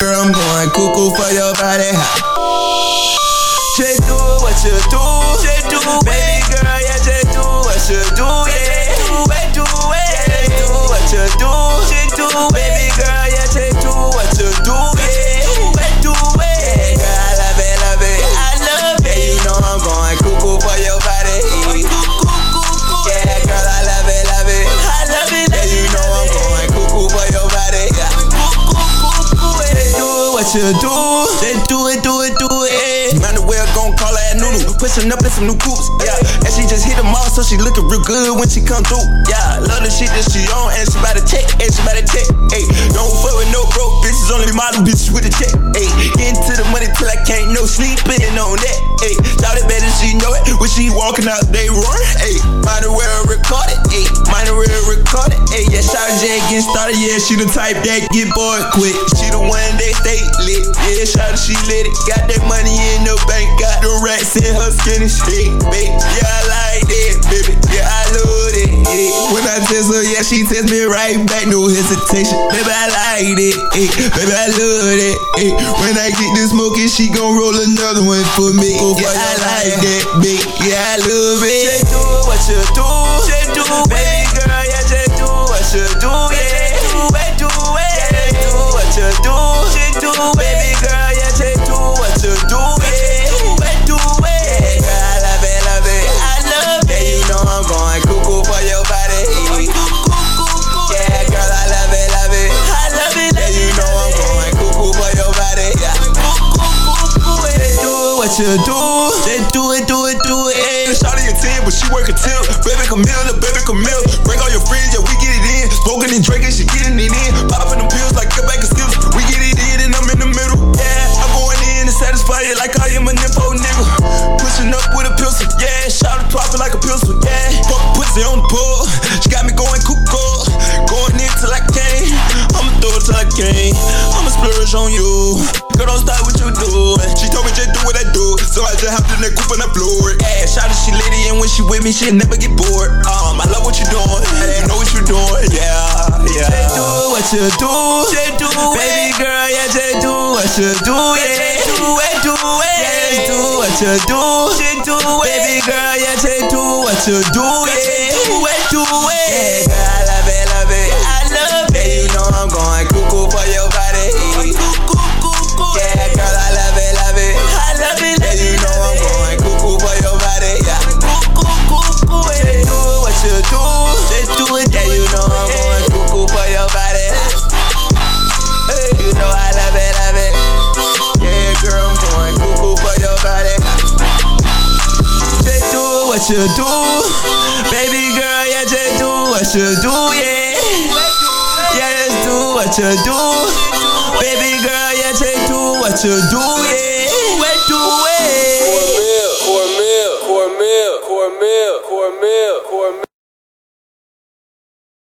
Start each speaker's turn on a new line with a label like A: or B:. A: Girl, I'm going cuckoo for your body. Just do what you do, just do Baby girl, yeah, just do what you do, yeah. Do it, do it, yeah, just do what you do, just do Baby girl, yeah, just do what you do, yeah. Do it, do it, yeah, girl, I love it, love it, I love it. Yeah, you know I'm going cuckoo for your body. Yeah, girl, I love it, love it, I love it. Yeah, you know I'm going cuckoo for your body. Yeah. Just do what you do, just do it, do it, do it. Mind the well gon' call her at Nunu, pushing up in some new coops, yeah. And she just hit them all, so she looking real good when she come through, yeah. Love the shit that she on, and she bout to check, and she bout to check, ayy. Don't fuck with no broke bitches, only model bitches with a check, ayy. Getting to the money till I can't no sleeping on that, ayy. Thought it better she know it, when she walking out they run, ayy. Mind the well record it, ayy. Mind the well record it, ayy. Yeah, shout J get started, yeah. She the type that get bored quick, she the one that stay lit, yeah. Shout she lit it, got that money in the bank, got the racks in her skinny shit, baby. Yeah, I like that, baby. Yeah, I love it, yeah. When I text her, yeah, she text me right back, no hesitation. Baby, I like it, ayy. Baby, I love it, ayy. When I get this smoking, she gon' roll another one for me. Yeah, I like that, baby. Yeah, I love it. Just do what you do, just do, baby girl. Yeah, just do what you do, yeah. Do it, do it, yeah. Do what you do, just do, baby girl. Yeah, just do what you do, yeah. Do it, do it, yeah. Girl, I love it, love it, I love it. Yeah, you know I'm going cuckoo for your body. Yeah, girl, I love it, love it, I love it. Yeah, you know I'm going cuckoo for your body. Yeah. Just do what you do. Just do it, do it, do it. Shawty a 10, but she work a tip. Baby Camille, the baby Camille. Break all your friends, yeah, we get it in. Smoking and drinking, she getting it in. Popping them pills like a bag of stills. We get it in and I'm in the middle. Yeah, I'm going in to satisfy it like I am a nympho nigga. Pushing up with a pistol, yeah. Shawty popping like a pistol, yeah. Fuck pussy on the pool. She got me going cuckoo. Going in till I can't. I'ma throw it till I can't. I'ma splurge on you. Girl, don't stop what you doing. She told me just do what I do. So I just hopped in that coupe and I blew it. Yeah, shout out she lady, and when she with me, she never get bored. Um, I love what you doing. Yeah, know what you doing. Yeah, yeah. Just do what you do. Just do Baby girl, yeah, just do what you do. Yeah, do it, do it. Yeah, just do what you do. Just do it. Baby girl, yeah, just do what you do. Yeah, do it, do it. Yeah, girl, I love it, love it. I love it. You know I'm going cuckoo for your body. Yeah, girl, I love it, love it. I love it, yeah, you know I'm going cuckoo for your body. Yeah, Just do what you do, just do it. Yeah, you know I'm going cuckoo for your body. Hey, you know I love it, love it. Yeah, girl, I'm going cuckoo for your body. Just do what you do, baby girl. Yeah, just do what you do. Yeah, yeah, just do what you do, baby girl. Yeah, just do what you do. Yeah, do it, do it.
B: Cormel, Cormel, Cormel, Cormel, Cormel, Cormel.